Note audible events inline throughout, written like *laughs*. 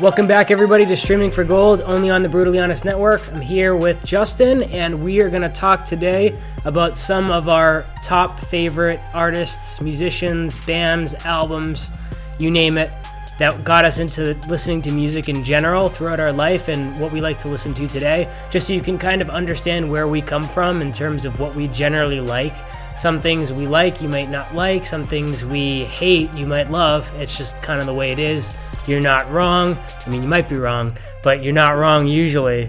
Welcome back, everybody, to Streaming for Gold, only on the Brutally Honest Network. I'm here with Justin, and we are going to talk today about some of our top favorite artists, musicians, bands, albums, you name it, that got us into listening to music in general throughout our life and what we like to listen to today, just so you can kind of understand where we come from in terms of what we generally like. Some things we like, you might not like. Some things we hate, you might love. It's just kind of the way it is. You're not wrong. I mean, you might be wrong, but you're not wrong usually.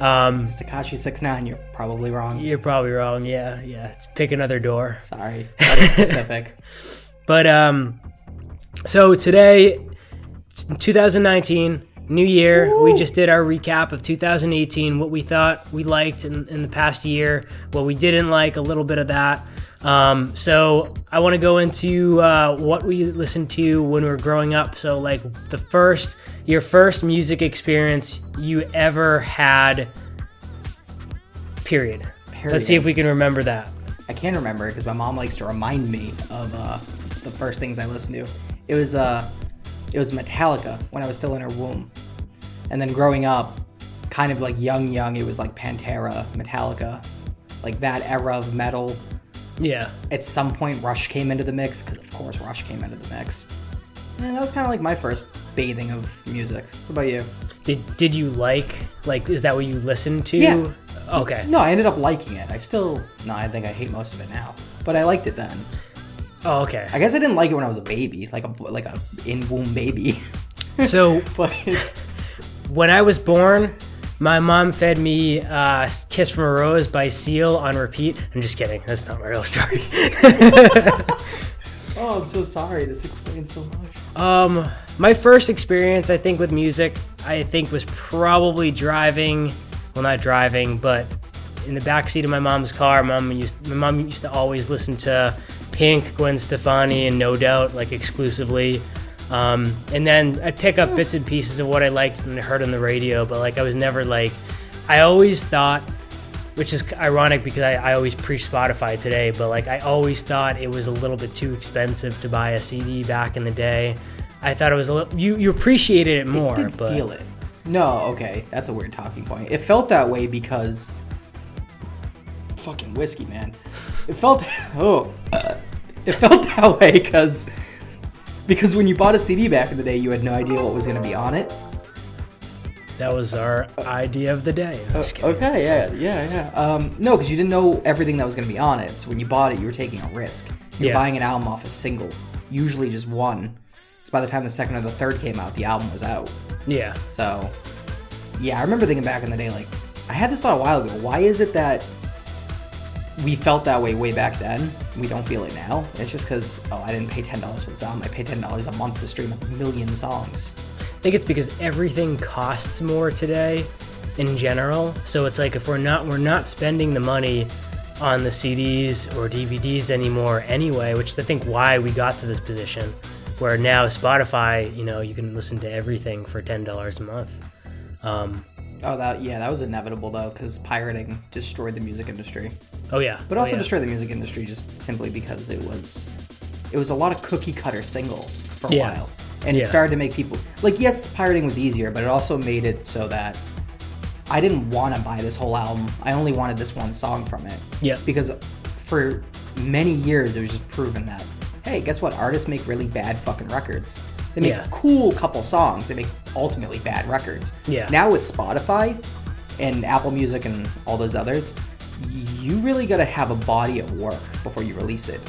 Um, Takashi six nine, you're probably wrong. you're probably wrong. Yeah, yeah. Pick another door. Sorry, that is specific. *laughs* But um, so today, 2019, new year. We just did our recap of 2018, what we thought we liked in, in the past year, what we didn't like, a little bit of that. Um, so I want to go into uh, what we listened to when we were growing up. So like the first, your first music experience you ever had. Period. Let's see Period. if we can remember that. I can remember because my mom likes to remind me of uh, the first things I listened to. It was uh, it was Metallica when I was still in her womb, and then growing up, kind of like young young, it was like Pantera, Metallica, like that era of metal. Yeah. At some point, Rush came into the mix because of course Rush came into the mix, and that was kind of like my first bathing of music. What about you? Did did you like like is that what you listened to? Oh, Yeah. Okay. No, I ended up liking it. I still no, I think I hate most of it now, but I liked it then. Oh, okay. I guess I didn't like it when I was a baby, like a like a in womb baby. *laughs* So but when I was born, my mom fed me uh, "Kiss from a Rose" by Seal on repeat. I'm just kidding. That's not my real *laughs* story. oh, I'm so sorry. This explains so much. Um, my first experience, I think, with music, I think, was probably driving. Well, not driving, but in the back seat of my mom's car. Mom used my mom used to always listen to Pink, Gwen Stefani, and No Doubt, like exclusively. Um, and then I'd pick up bits and pieces of what I liked and heard on the radio, but like I was never like. I always thought which is ironic because I, I always preach Spotify today, but like I always thought it was a little bit too expensive to buy a CD back in the day. I thought it was a little you you appreciated it more, Didn't but feel it. No, okay, that's a weird talking point. It felt that way because fucking whiskey, man. It felt *laughs* oh, it felt that way because because when you bought a CD back in the day, you had no idea what was going to be on it. that was our idea of the day. I'm Oh. just kidding. Okay, yeah, yeah, yeah. Um, no, because you didn't know everything that was going to be on it. So when you bought it, you were taking a risk. You're Yeah. buying an album off a single, usually just one. It's by the time the second or the third came out, the album was out. Yeah. So, yeah, I remember thinking back in the day, like, I had this thought a while ago. Why is it that we felt that way way back then? We don't feel it now. It's just because, oh, I didn't pay $10 for this album. I paid $10 a month to stream a million songs. I think it's because everything costs more today in general. So it's like if we're not we're not spending the money on the CDs or DVDs anymore anyway, which is I think why we got to this position where now Spotify, you know, you can listen to everything for $10 a month. Um, Oh, that yeah, that was inevitable though, because pirating destroyed the music industry. oh yeah. but Oh, also yeah. destroy the music industry just simply because it was it was a lot of cookie cutter singles for a Yeah. while and Yeah. it started to make people like yes pirating was easier but it also made it so that i didn't want to buy this whole album i only wanted this one song from it Yeah. because for many years it was just proven that hey guess what artists make really bad fucking records they make Yeah. cool couple songs they make ultimately bad records Yeah. now with spotify and apple music and all those others you really got to have a body of work before you release it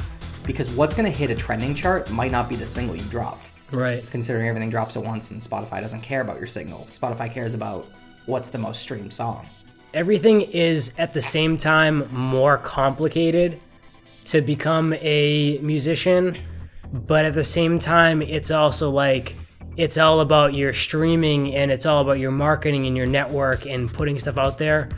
because what's going to hit a trending chart might not be the single you dropped Right. considering everything drops at once and spotify doesn't care about your single spotify cares about what's the most streamed song everything is at the same time more complicated to become a musician but at the same time it's also like it's all about your streaming and it's all about your marketing and your network and putting stuff out there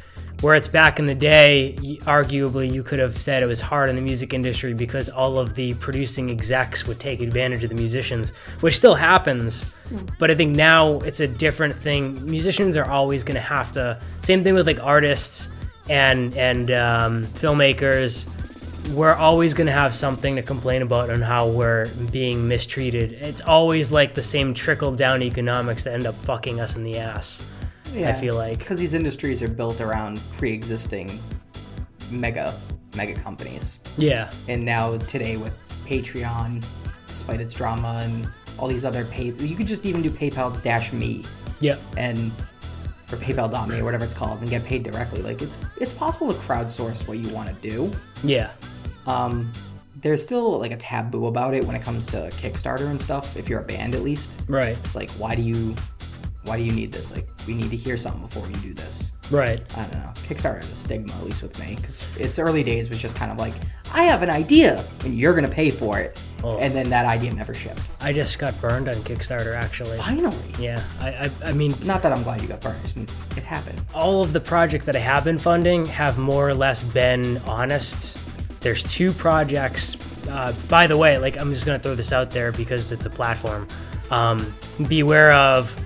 where it's back in the day y- arguably you could have said it was hard in the music industry because all of the producing execs would take advantage of the musicians which still happens but i think now it's a different thing musicians are always going to have to same thing with like artists and and um, filmmakers we're always going to have something to complain about on how we're being mistreated. It's always like the same trickle down economics that end up fucking us in the ass. Yeah. feel like- because these industries are built around pre-existing mega mega companies, Yeah. and now today with Patreon, despite its drama and all these other pay, you could just even do PayPal dash me Yeah. and or PayPal.me or whatever it's called and get paid directly. Like it's it's possible to crowdsource what you want to do. Yeah. Um, there's still like a taboo about it when it comes to Kickstarter and stuff. If you're a band, at least, Right. it's like why do you why do you need this? Like we need to hear something before we do this. Right. I don't know. Kickstarter has a stigma, at least with me, because its early days was just kind of like, I have an idea, and you're gonna pay for it, Oh. and then that idea never shipped. I just got burned on Kickstarter actually. Finally, Yeah. I I, I mean not that I'm glad you got burned. I just mean, it happened. all of the projects that I have been funding have more or less been honest. There's two projects. Uh, by the way, like I'm just gonna throw this out there because it's a platform. Um, beware of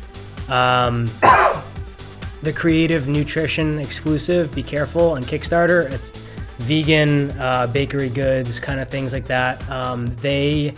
um, *coughs* the creative nutrition exclusive. Be careful on Kickstarter. It's vegan uh, bakery goods, kind of things like that. Um, they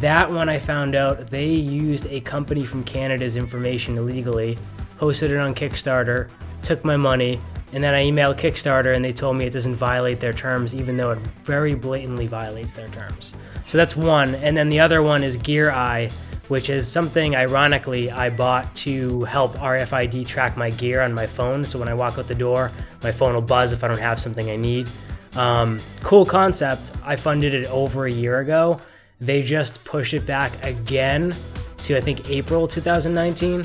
that one I found out they used a company from Canada's information illegally, hosted it on Kickstarter, took my money, and then I emailed Kickstarter and they told me it doesn't violate their terms, even though it very blatantly violates their terms. So that's one. And then the other one is Gear Eye, which is something ironically I bought to help RFID track my gear on my phone. So when I walk out the door, my phone will buzz if I don't have something I need. Um, cool concept. I funded it over a year ago. They just pushed it back again to I think April 2019.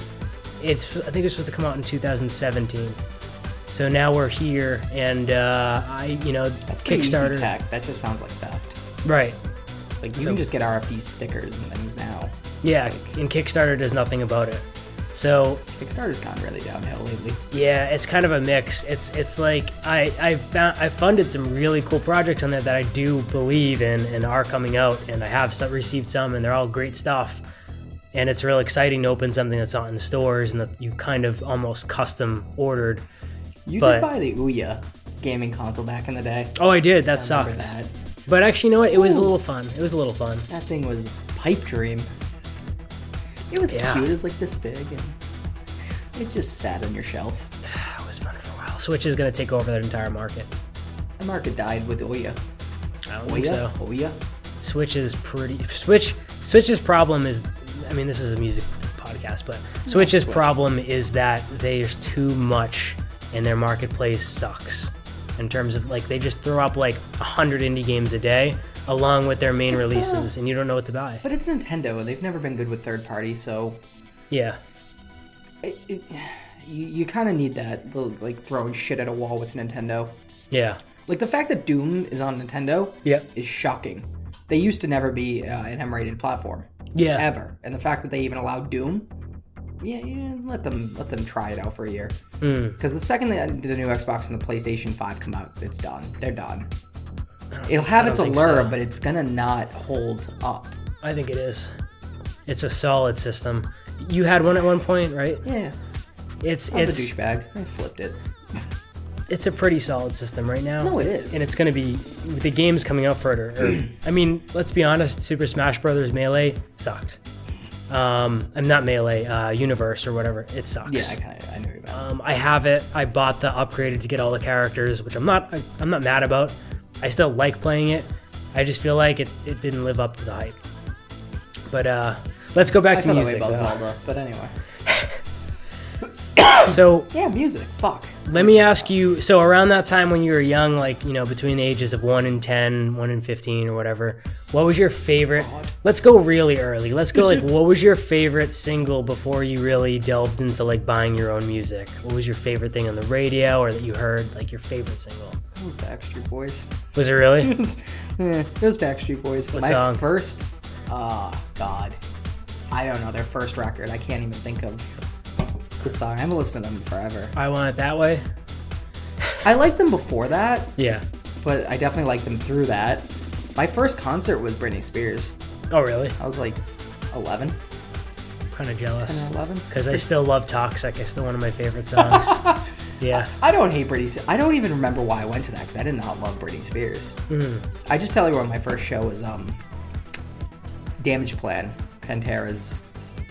It's I think it was supposed to come out in 2017. So now we're here, and uh, I you know That's pretty Kickstarter easy tech. That just sounds like theft. right. Like you So- can just get RFP stickers and things now. Yeah, and Kickstarter does nothing about it. So Kickstarter's gone really downhill lately. Yeah, it's kind of a mix. It's it's like I I found I funded some really cool projects on there that I do believe in and are coming out, and I have some, received some, and they're all great stuff. And it's real exciting to open something that's not in stores and that you kind of almost custom ordered. You But- did buy the Ouya gaming console back in the day. Oh, I did. That I remember sucked. that. But actually, you know what? It was a Ooh. little fun. It was a little *sighs* fun. That thing was pipe dream. It was Yeah. cute. It was like this big, and it just sat on your shelf. That was fun for a while. Switch is gonna take over that entire market. The market died with Ouya. I don't think so. Ouya. Ouya. Switch is pretty Switch Switch's problem is I mean this is a music podcast, but Switch's Switch. problem is that there's too much and their marketplace sucks in terms of like they just throw up like 100 indie games a day along with their main It's, uh, releases and you don't know what to buy. But it's Nintendo. They've never been good with third party, so Yeah. it, it, you, you kind of need that, the, like throwing shit at a wall with Nintendo. Yeah. Like the fact that Doom is on Nintendo Yep. is shocking. They used to never be uh, an M-rated platform Yeah. ever, and the fact that they even allowed Doom, yeah, yeah, let them let them try it out for a year. Mm. Because the second that the new Xbox and the PlayStation 5 come out, it's done. They're done. It'll have its think allure, so. but it's gonna not hold up. I think it is. It's a solid system. You had one at one point, right? Yeah, It's I was it's a douchebag. I flipped it. it's a pretty solid system right now. No, it is. And it's going to be the game's coming out further. *clears throat* Or, I mean, let's be honest. Super Smash Brothers Melee sucked. Um, I'm not Melee, uh, Universe or whatever. It sucks. Yeah, I kind of I knew about. Um, I have it. I bought the upgraded to get all the characters, which I'm not. I, I'm not mad about. I still like playing it. I just feel like it, it didn't live up to the hype. But uh, let's go back I to felt that way music. about though. Zelda, but anyway. So Yeah, music. Fuck. Let me ask you so around that time when you were young, like, you know, between the ages of 1 and 10, 1 and 15 or whatever, what was your favorite? Let's go really early. Let's go like *laughs* what was your favorite single before you really delved into like buying your own music? What was your favorite thing on the radio or that you heard like your favorite single? Ooh, Backstreet Boys. Was it really? Eh, it was Backstreet Boys. My song? first. Ah, God. I don't know their first record. I can't even think of the song. I haven't listened to them forever. *laughs* I want it that way. I liked them before that. Yeah. but I definitely liked them through that. My first concert was Britney Spears. Oh, really? I was like 11. kind of jealous. 10 or 11? Because I still love Toxic. It's still one of my favorite *laughs* songs. yeah. I don't hate Britney. Spe- I don't even remember why I went to that because I did not love Britney Spears. Mm-hmm. I just tell everyone my first show was um, Damage Plan, Pantera's.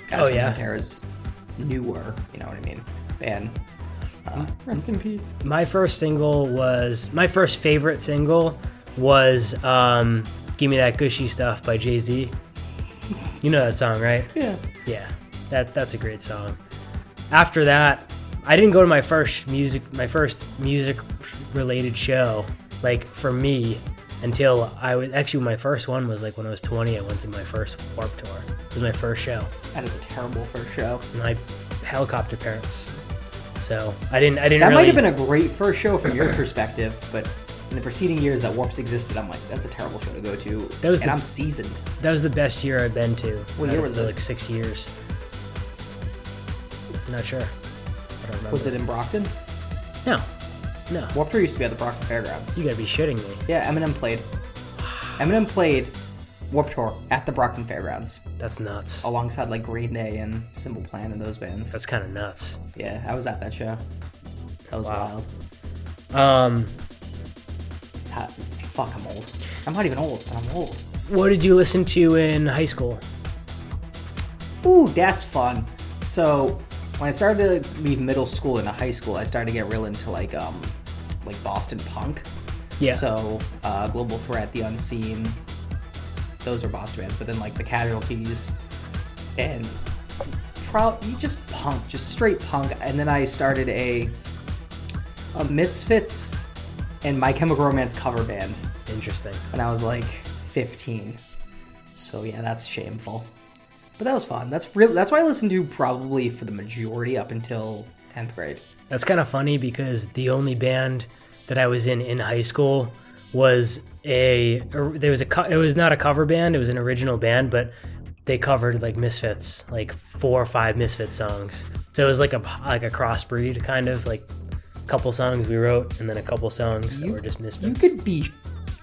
guys Oh, from yeah. Pantera's newer, you know what I mean, band. Uh, rest in peace. My first single was my first favorite single was um, "Give Me That Gushy Stuff" by Jay Z. You know that song, *laughs* right? Yeah. Yeah, that that's a great song. After that, I didn't go to my first music my first music related show like for me until I was actually my first one was like when I was 20. I went to my first Warp Tour. It was my first show. That is a terrible first show. My helicopter parents. So I didn't I didn't. That really, might have been a great first show from your perspective, but in the preceding years that Warps existed, I'm like, that's a terrible show to go to. That was and the- I'm seasoned. That was the best year I've been to. What Uh, year was for it? Like six years. Not sure. I don't remember. Was it in Brockton? No, no. Warped Tour used to be at the Brockton Fairgrounds. You gotta be shitting me. Yeah, Eminem played. Eminem played Warped Tour at the Brockton Fairgrounds That's nuts. alongside like Green Day and Simple Plan and those bands. That's kind of nuts. Yeah, I was at that show. That was Wow. wild. Um, Ha- fuck, I'm old. I'm not even old, but I'm old. what did you listen to in high school? Ooh, that's fun. So when I started to leave middle school into high school, I started to get real into like um like Boston punk. Yeah. So uh, Global Threat, The Unseen, those were Boston bands. But then like the Casualties and pro- you just punk, just straight punk. And then I started a, a Misfits and My Chemical Romance cover band Interesting. when I was like 15. So yeah, that's shameful. But that was fun. That's real. That's what I listened to probably for the majority up until 10th grade. That's kind of funny because the only band that I was in in high school was a or there was a co- it was not a cover band. It was an original band, but they covered like Misfits, like four or five Misfit songs. So it was like a like a crossbreed kind of like a couple songs we wrote and then a couple songs that You- were just You Misfits. could be.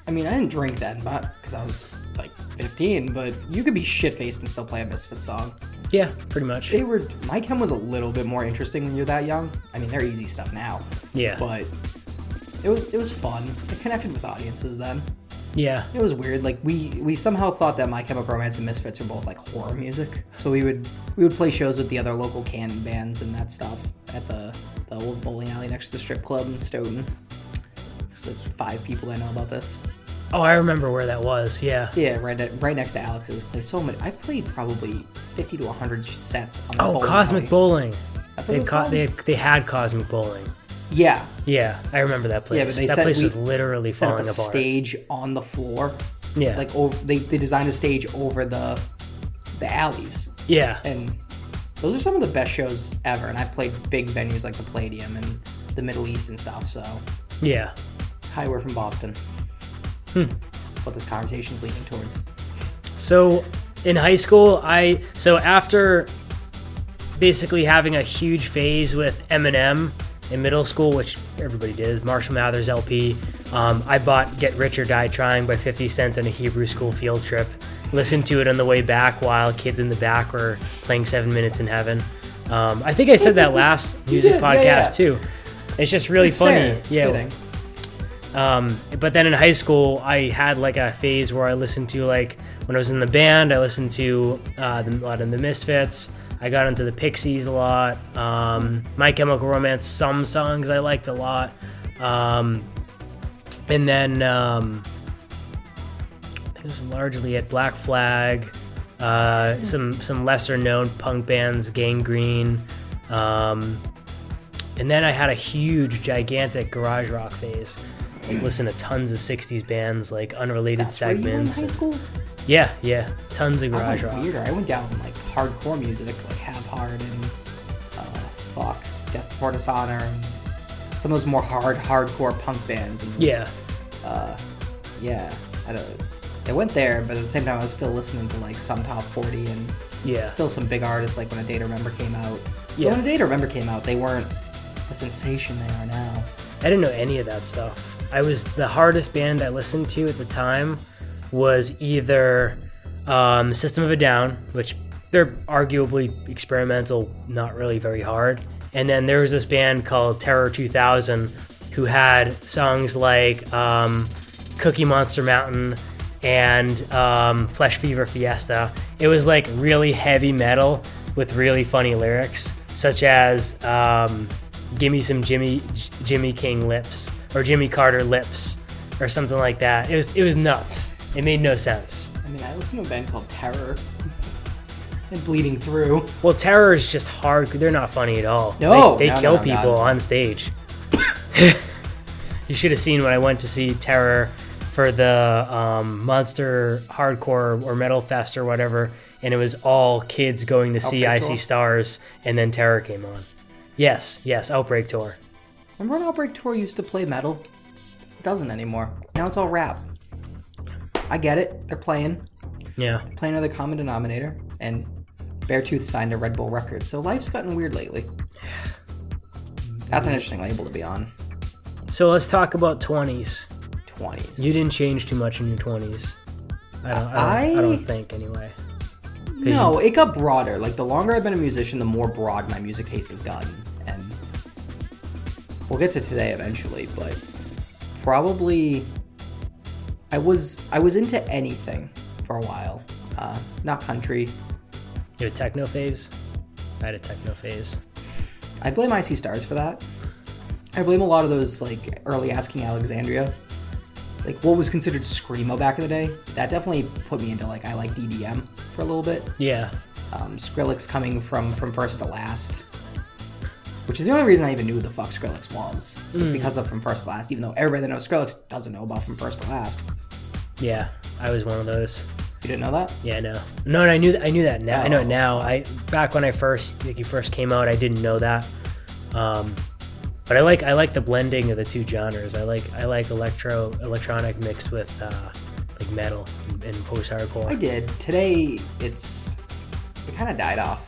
I mean, I didn't drink then, but because I was like 15. But you could be shit faced and still play a Misfit song. yeah, pretty much. They were. My chem was a little bit more interesting when you're that young. I mean, they're easy stuff now. Yeah. But it was it was fun. It connected with audiences then. yeah. It was weird. Like we we somehow thought that My Chemical Romance and Misfits are both like horror music. So we would we would play shows with the other local can bands and that stuff at the the old bowling alley next to the strip club in Stoughton. There's like five people that know about this. Oh, I remember where that was. Yeah. Yeah, right ne- right next to Alex's place. So many. I played probably fifty to hundred sets on. The Oh, bowling Cosmic alley. Bowling. That's what it They was caught called? they they had Cosmic Bowling. Yeah, Yeah, I remember that place. Yeah, but they that said place we was literally set up falling a apart. stage on the floor. Yeah. like over, they they designed a stage over the the alleys. Yeah. and those are some of the best shows ever. And I played big venues like the Palladium and the Middle East and stuff. So, yeah. hi, we're from Boston. Hmm. That's what this conversation's leaning towards. So in high school, I so after basically having a huge phase with Eminem in middle school, which everybody did, Marshall Mathers LP. Um, I bought "Get Rich or Die Trying" by 50 Cent on a Hebrew school field trip. Listened to it on the way back while kids in the back were playing Seven Minutes in Heaven. Um, I think I said that *laughs* last music did, yeah, podcast yeah. too. It's just really It's funny. fair. It's fitting. Um, but then in high school, I had like a phase where I listened to like when I was in the band, I listened to uh, the, a lot of the Misfits. I got into the Pixies a lot. Um, My Chemical Romance, some songs I liked a lot. Um, and then um, I think it was largely at Black Flag, uh, some some lesser known punk bands, Gangrene. Um, and then I had a huge, gigantic garage rock phase. Like listen to tons of '60s bands, like unrelated That's where you were in segments. high school? Yeah, yeah, tons of I garage went rock. weirder. I went down like hardcore music, like Have Hard and uh, fuck Death Before Dishonor, and some of those more hard hardcore punk bands. And Yeah, yeah. I don't. I went there, but at the same time, I was still listening to like some top forty and yeah. still some big artists like when a day to remember came out But Yeah. when a day to remember came out they weren't the sensation they are now I didn't know any of that stuff. I was the hardest band I listened to at the time was either um, System of a Down, which they're arguably experimental, not really very hard. And then there was this band called Terror 2000 who had songs like um, Cookie Monster Mountain and um, Flesh Fever Fiesta. It was like really heavy metal with really funny lyrics, such as um, "Gimme some Jimmy J- Jimmy King lips" or "Jimmy Carter lips" or something like that. It was it was nuts. It made no sense. I mean, I listen to a band called Terror *laughs* and Bleeding Through. Well, terror is just hard. They're not funny at all. No, they, they no, no, kill no, people not- on stage. *laughs* you should have seen when I went to see Terror for the um, Monster Hardcore or Metal Fest or whatever, and it was all kids going to see Outbreak Icy Tour? Stars, and then Terror came on. Yes, yes, Outbreak Tour. Remember when Outbreak Tour used to play metal? Doesn't anymore. Now it's all rap. I get it. They're playing, Yeah, playing another common denominator, and Beartooth signed to Red Bull Records. So life's gotten weird lately. That's an interesting label to be on. so let's talk about twenties. Twenties. You didn't change too much in your twenties. I don't. I don't, I... I- don't think anyway. No, it got broader. Like the longer I've been a musician, the more broad my music taste has gotten. And we'll get to today eventually, but probably I was I was into anything for a while. Uh, not country. You had a techno phase. I had a techno phase. I blame IC Stars for that. I blame a lot of those like early Asking Alexandria. Like what was considered screamo back in the day. That definitely put me into like I like DDM for a little bit. Yeah, um, Skrillex coming from from first to last, which is the only reason I even knew who the fuck Skrillex was, Hmm. was because of from first to last. Even though everybody that knows Skrillex doesn't know about from first to last. Yeah, I was one of those. You didn't know that? Yeah, no, no, and I knew I knew that now. I know it Oh. now. I back when I first like you first came out, I didn't know that. Um, but I like I like the blending of the two genres. I like I like electro electronic mixed with uh, like metal and post I hardcore. did. Today it's it kind of died off.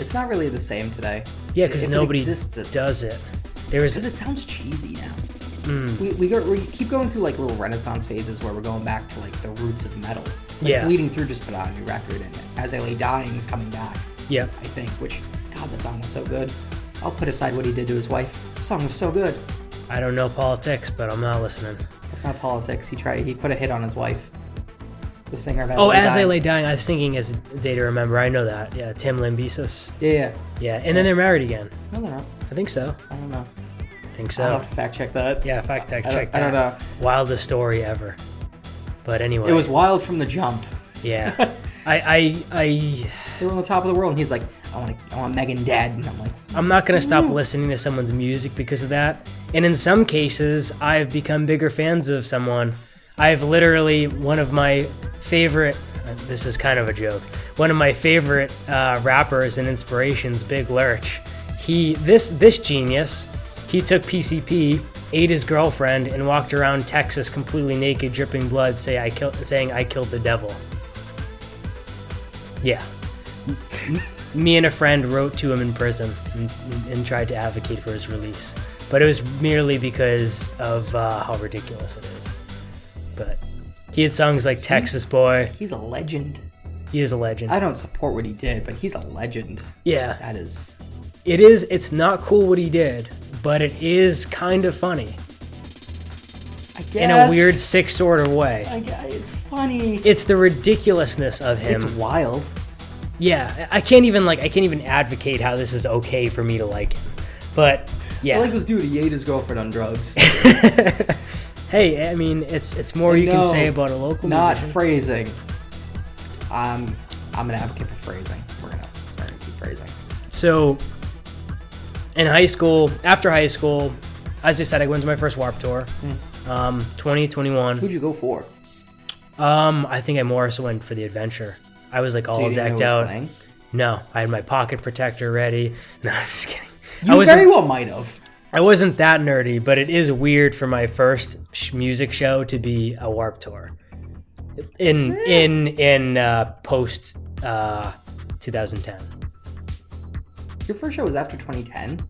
It's not really the same today. Yeah, because If it nobody exists, it's- does it. Hmm. There was Because it sounds cheesy now. We, we, go, we keep going through like little renaissance phases where we're going back to like the roots of metal. Like, Yeah. Bleeding Through just put out a new record and As I Lay Dying is coming back. yeah, I think, which, God, that song was so good. I'll put aside what he did to his wife. The song was so good. I don't know politics, but I'm not listening. It's not politics. He tried, he put a hit on his wife. The singer of As Oh, I as I Die. lay dying, I was thinking as a day to remember. I know that. Yeah, Tim Limbesis. Yeah, yeah. Yeah, and then they're married again. No, they're not. I think so. I don't know. I think so. I'll have to fact check that. Yeah, fact check. I don't- Check I that. don't Wildest story ever. But anyway, It was wild from the jump. *laughs* yeah. I, I, I, They were on the top of the world, and he's like, I want, to, I want Megan dead. And I'm like, I'm not gonna stop listening to someone's music because of that. And in some cases, I've become bigger fans of someone. I've literally one of my favorite. uh, This is kind of a joke. One of my favorite uh, rappers and inspirations, Big Lurch. He this this genius. He took PCP, ate his girlfriend, and walked around Texas completely naked, dripping blood, say I killed, saying I killed the devil. Yeah. Me and a friend wrote to him in prison and, and tried to advocate for his release, but it was merely because of uh, how ridiculous it is. But he had songs like "Texas Boy." he's a legend. He is a legend. I don't support what he did, but he's a legend. yeah, That is. it is. It's not cool what he did, but it is kind of funny I guess. in a weird, sick sort of way. I gue- it's funny. It's the ridiculousness of him. it's wild. yeah, I I can't even like. I can't even advocate how this is okay for me to like him. But yeah, I like this dude. He ate his girlfriend on drugs. *laughs* Hey, I mean, it's it's more And you can no, say about a local Not musician. phrasing. Um, I'm an advocate for phrasing. We're gonna, we're gonna keep phrasing. so, in high school, after high school, as I said, I went to my first Warp Tour, Hmm. um, 2021. Who'd you go for? Um, I think I more so went for the adventure. I was like all So you didn't decked know who was out. playing? No, I had my pocket protector ready. *laughs* No, I'm just kidding. I You wasn't, very well might have. I wasn't that nerdy, but it is weird for my first sh- music show to be a Warp Tour in in in uh, post uh, 2010. Your first show was after 2010.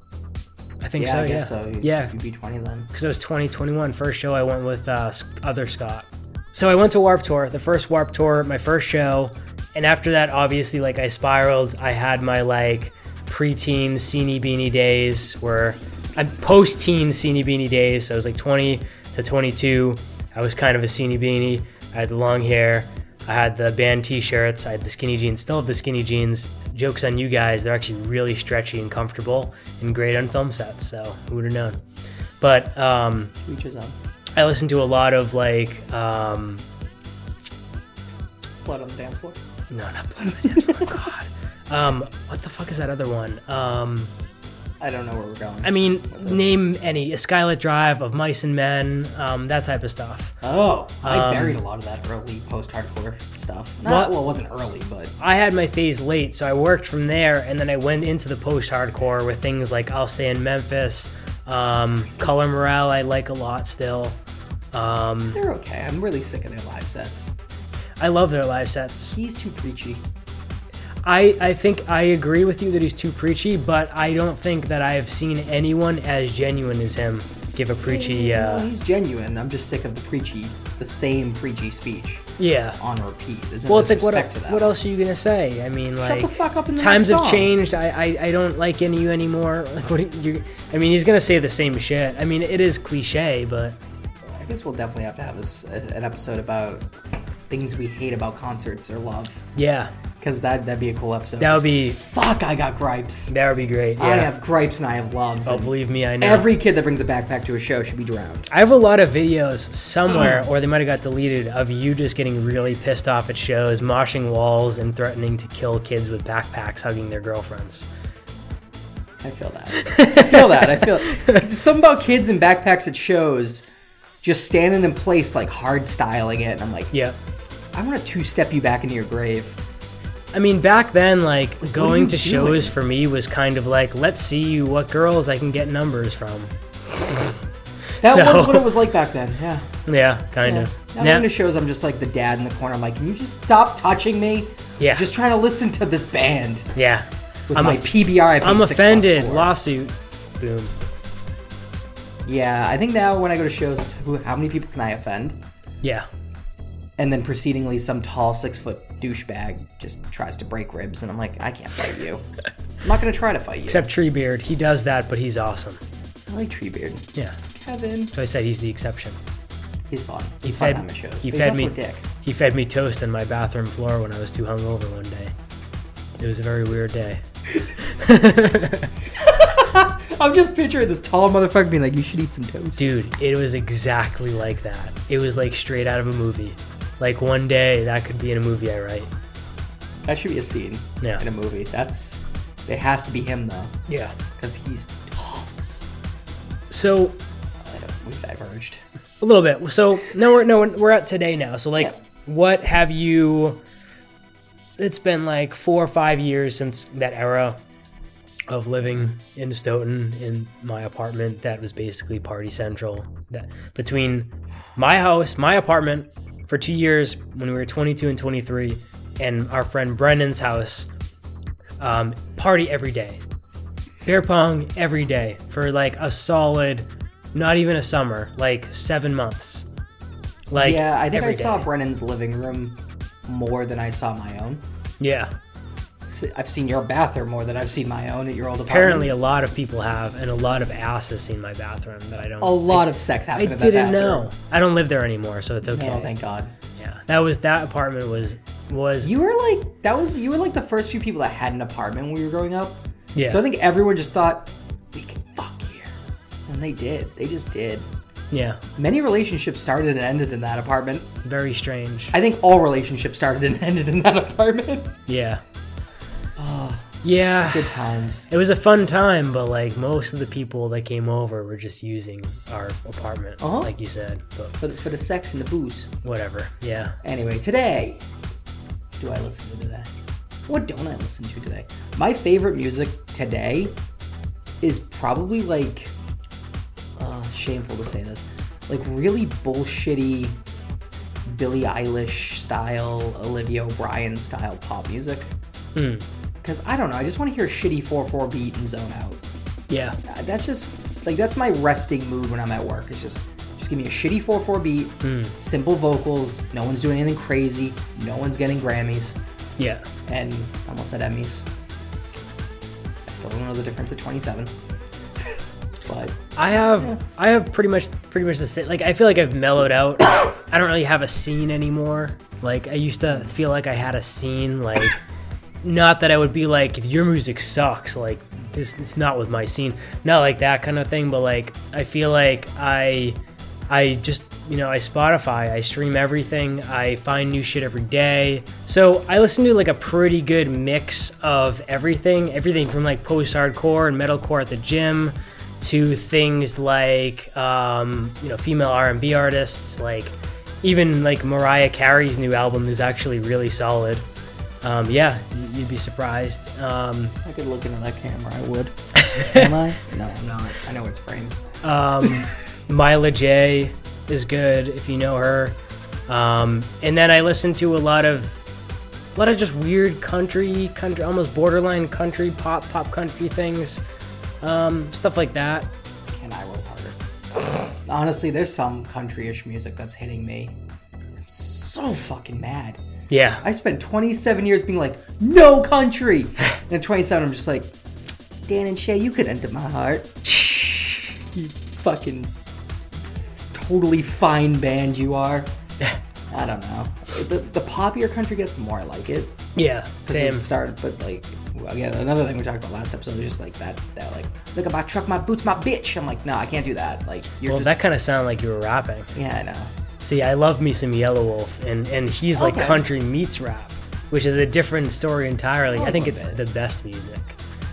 I think Yeah, so. I guess yeah. so. You, yeah, you'd be 20 then. because it was 2021 first show I went with uh, S- other Scott. So I went to Warp Tour, the first Warp Tour, my first show, And after that, obviously, like I spiraled. I had my like preteen sini beanie days, where I'm post-teen sini beanie days. So I was like 20 to 22. I was kind of a sini beanie. I had the long hair. I had the band T-shirts. I had the skinny jeans. Still have the skinny jeans. Jokes on you guys. They're actually really stretchy and comfortable and great on film sets. So who would have known? But um, Each his own. I listen to a lot of like, um, Blood on the dance floor. no, not Blood on the Dance Floor. *laughs* God, um, what the fuck is that other one? Um, I don't know where we're going. I mean, name any a Skylit Drive of Mice and Men, um, that type of stuff. oh, I buried a lot of that early post-hardcore stuff. um, Not, What- well, it wasn't early, but I had my phase late, so I worked from there, and then I went into the post-hardcore with things like I'll Stay in Memphis, um, Color Morale. I like a lot still. Um, they're okay. I'm really sick of their live sets. I love their live sets. He's too preachy. I, I think I agree with you that he's too preachy, but I don't think that I've seen anyone as genuine as him give a preachy. No, Uh, he's genuine. I'm just sick of the preachy, the same preachy speech yeah. on repeat. There's no Well, it's like what respect to that. what else are you gonna say? I mean, like the fuck up in the times next have song. changed. I, I I don't like any you anymore. *laughs* Like what do you? I mean, he's gonna say the same shit. I mean, it is cliche, but I guess we'll definitely have to have this uh, an episode about things we hate about concerts or love, yeah, because that that'd be a cool episode. that would be Fuck, I got gripes. that would be great. Yeah. I have gripes and I have loves. oh, and believe me, I know. every kid that brings a backpack to a show should be drowned. I have a lot of videos somewhere, or they might have got deleted, of you just getting really pissed off at shows, moshing walls, and threatening to kill kids with backpacks hugging their girlfriends. I feel that. *laughs* I feel that. I feel *laughs* it's something about kids in backpacks at shows just standing in place like hard styling it, and I'm like, Yeah. I want to two step you back into your grave. I mean, back then, like, going you to doing? shows for me was kind of like, let's see what girls I can get numbers from. That So- was what it was like back then. Yeah. Yeah, kind yeah. of. Now Now- going to shows, I'm just like the dad in the corner. I'm like, can you just stop touching me? Yeah. I'm just trying to listen to this band yeah. with I'm my off- PBR. I paid I'm six bucks offended. for. Lawsuit. Boom. Yeah, I think now when I go to shows, it's who, how many people can I offend? Yeah. And then proceedingly, some tall six foot douchebag just tries to break ribs, and I'm like, I can't fight you. I'm not gonna try to fight you. Except Treebeard. He does that, but he's awesome. I like Treebeard. Yeah. Kevin, So I said he's the exception. he's fun. He's fun time at shows. He but fed he's also me. a dick. He fed me toast on my bathroom floor when I was too hungover one day. It was a very weird day. I'm just picturing this tall motherfucker being like, you should eat some toast. Dude, it was exactly like that. It was like straight out of a movie. Like one day that could be in a movie I write. That should be a scene Yeah. in a movie. That's it has to be him though, Yeah. because he's. So I don't, we've diverged. *laughs* a little bit. So no, we're no, we're- we're at today now. So like, Yeah. what have you? It's been like four or five years since that era of living in Stoughton in my apartment that was basically party central. That between my house, my apartment for two years when we were 22 and 23, and our friend Brendan's house, um, party every day, beer pong every day for like a solid, not even a summer, like seven months. Like yeah, I think I every saw day. Brennan's living room more than I saw my own. yeah. S- I've seen your bathroom more than I've seen my own at your old apartment. Apparently, a lot of people have, and a lot of ass has seen my bathroom that I don't. a lot of sex I happened in that didn't bathroom. know. I don't live there anymore, so it's okay. Oh, thank God. Yeah, that was that apartment was was You were like that was you were like the first few people that had an apartment when we were growing up. Yeah. So I think everyone just thought we can fuck here, and they did. They just did. yeah Many relationships started and ended in that apartment. very strange. I think all relationships started and *laughs* ended in that apartment. Yeah, yeah. Oh. Good times. It was a fun time, but like most of the people that came over were just using our apartment, Uh-huh. like you said. But For, for the sex and the booze. whatever. Yeah. Anyway, today, do I listen to today? What don't I listen to today? My favorite music today is probably like, uh, shameful to say this, like really bullshitty Billie Eilish style, Olivia O'Brien style pop music. Because I don't know, I just want to hear a shitty 4 4 beat and zone out. Yeah. Uh, That's just, like, that's my resting mood when I'm at work. It's just, just give me a shitty 4 4 beat, simple vocals, no one's doing anything crazy, no one's getting Grammys. Yeah. and I almost said Emmys. I still don't know the difference at 27. *laughs* but I have I have pretty much pretty much the same. Like I feel like I've mellowed out. *coughs* I don't really have a scene anymore. Like I used to feel like I had a scene. Like not that I would be like your music sucks. Like this it's not with my scene. Not like that kind of thing. But like I feel like I I just you know I Spotify. I stream everything. I find new shit every day. So I listen to like a pretty good mix of everything. Everything from like post hardcore and metalcore at the gym to things like um, you know female R&B artists like even like Mariah Carey's new album is actually really solid. Um, yeah, y- you'd be surprised. Um, I could look into that camera. I would. Am I? No, I'm not. I know it's framed. Mila J is good if you know her. Um, and then I listen to a lot of a lot of just weird country, country almost borderline country pop, pop country things, um, stuff like that. Can I work harder? Honestly, there's some country-ish music that's hitting me. I'm so fucking mad. Yeah, I spent 27 years being like, *sighs* no country. And at 27, I'm just like, Dan and Shay, you could enter *sighs* my heart. You fucking totally fine band *sighs* you are. I don't know. The, the poppier country gets, the more I like it. yeah, Since same. it started, but like, well, again, another thing we talked about last episode was just like that, that like, look at my truck, my boots, my bitch. I'm like, no, I can't do that. Like, you're Well, just, that kind of sounded like you were rapping. yeah, I know. See, I love me some Yellow Wolf, and and he's like Okay. country meets rap, which is a different story entirely. I Oh, think a it's bit. the best music.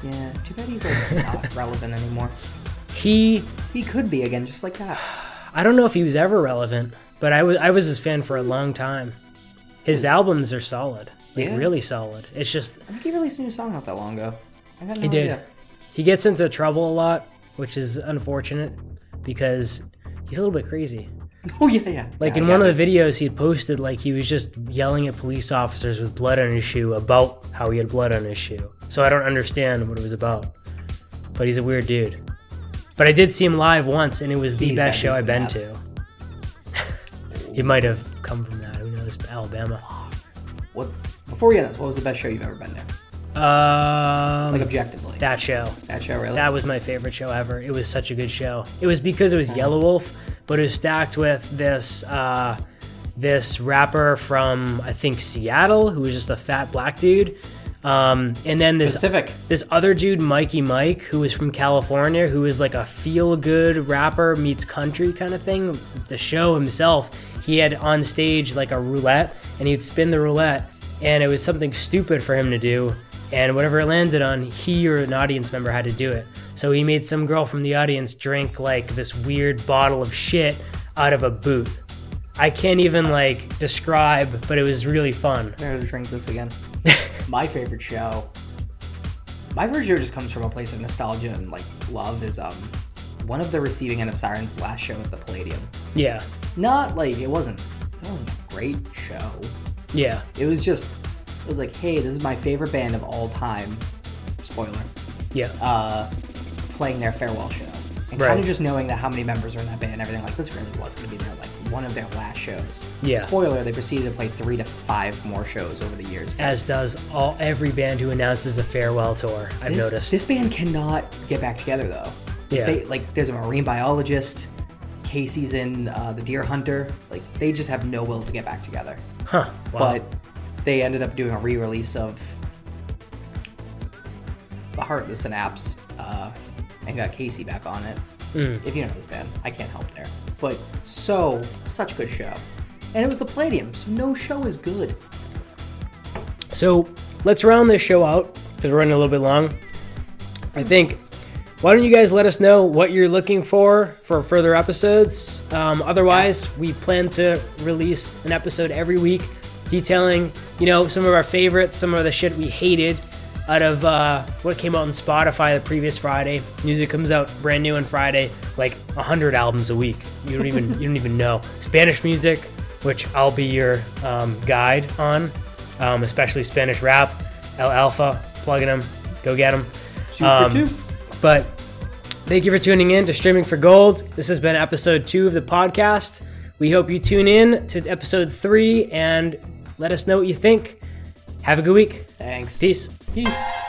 Yeah, too bad he's *laughs* like not relevant anymore. He, He could be again, just like that. I don't know if he was ever relevant, but I was I was his fan for a long time. His albums are solid, like Yeah. Oh, really solid. It's just I think he released a new song not that long ago. I got no He did. idea. *laughs* He gets into trouble a lot, which is unfortunate because he's a little bit crazy. Oh yeah, yeah. Like in one of the videos he posted, like he was just yelling at police officers with blood on his shoe about how he had blood on his shoe. So I don't understand what it was about. But he's a weird dude. But I did see him live once, and it was the He's best show gotta I've do been some to. *laughs* he might have come from that. Who knows? Alabama. what before we end this, what was the best show you've ever been to? Um, Like objectively, that, that show. show really. That was my favorite show ever. It was such a good show. It was because it was Yellow Wolf, but it was stacked with this uh, this rapper from I think Seattle, who was just a fat black dude, um, and then this Pacific. this other dude, Mikey Mike, who was from California, who was like a feel good rapper meets country kind of thing. The show himself, he had on stage like a roulette and he'd spin the roulette and it was something stupid for him to do. And whatever it landed on, he or an audience member had to do it. So he made some girl from the audience drink like this weird bottle of shit out of a boot. I can't even like describe, but it was really fun. I gotta drink this *laughs* again. my favorite show. My favorite show just comes from a place of nostalgia and like love. Is um one of the receiving end of Sirens' last show at the Palladium. Yeah. Not like it wasn't. It wasn't a great show. Yeah. It was just. It was like, hey, this is my favorite band of all time. Spoiler. Yeah. uh, playing their farewell show. And Right. kind of just knowing that how many members are in that band and everything, like this really was going to be their like one of their last shows. Yeah. Spoiler: They proceeded to play three to five more shows over the years. as does all every band who announces a farewell tour. I've this, noticed. this band cannot get back together though. Yeah. They, like there's a marine biologist. Casey's in uh, the Deer Hunter. Like they just have no will to get back together. huh? Wow. But they ended up doing a re-release of the Heart, the Synapse, uh, and got Casey back on it. Hmm. If you know this band, I can't help there. But so such good show, and it was the Palladium, so no show is good. so let's round this show out because we're running a little bit long. I think. Why don't you guys let us know what you're looking for for further episodes? Um, otherwise, we plan to release an episode every week detailing, you know, some of our favorites, some of the shit we hated out of uh, what came out on Spotify the previous Friday. Music comes out brand new on Friday, like 100 albums a week. You don't even you don't even know Spanish music, which I'll be your um, guide on, um, especially Spanish rap, El Alfa, plugging them, go get them. Two Um, for two. But thank you for tuning in to Streaming for Gold. This has been episode two of the podcast. We hope you tune in to episode three and let us know what you think. Have a good week. Thanks. Peace. Peace.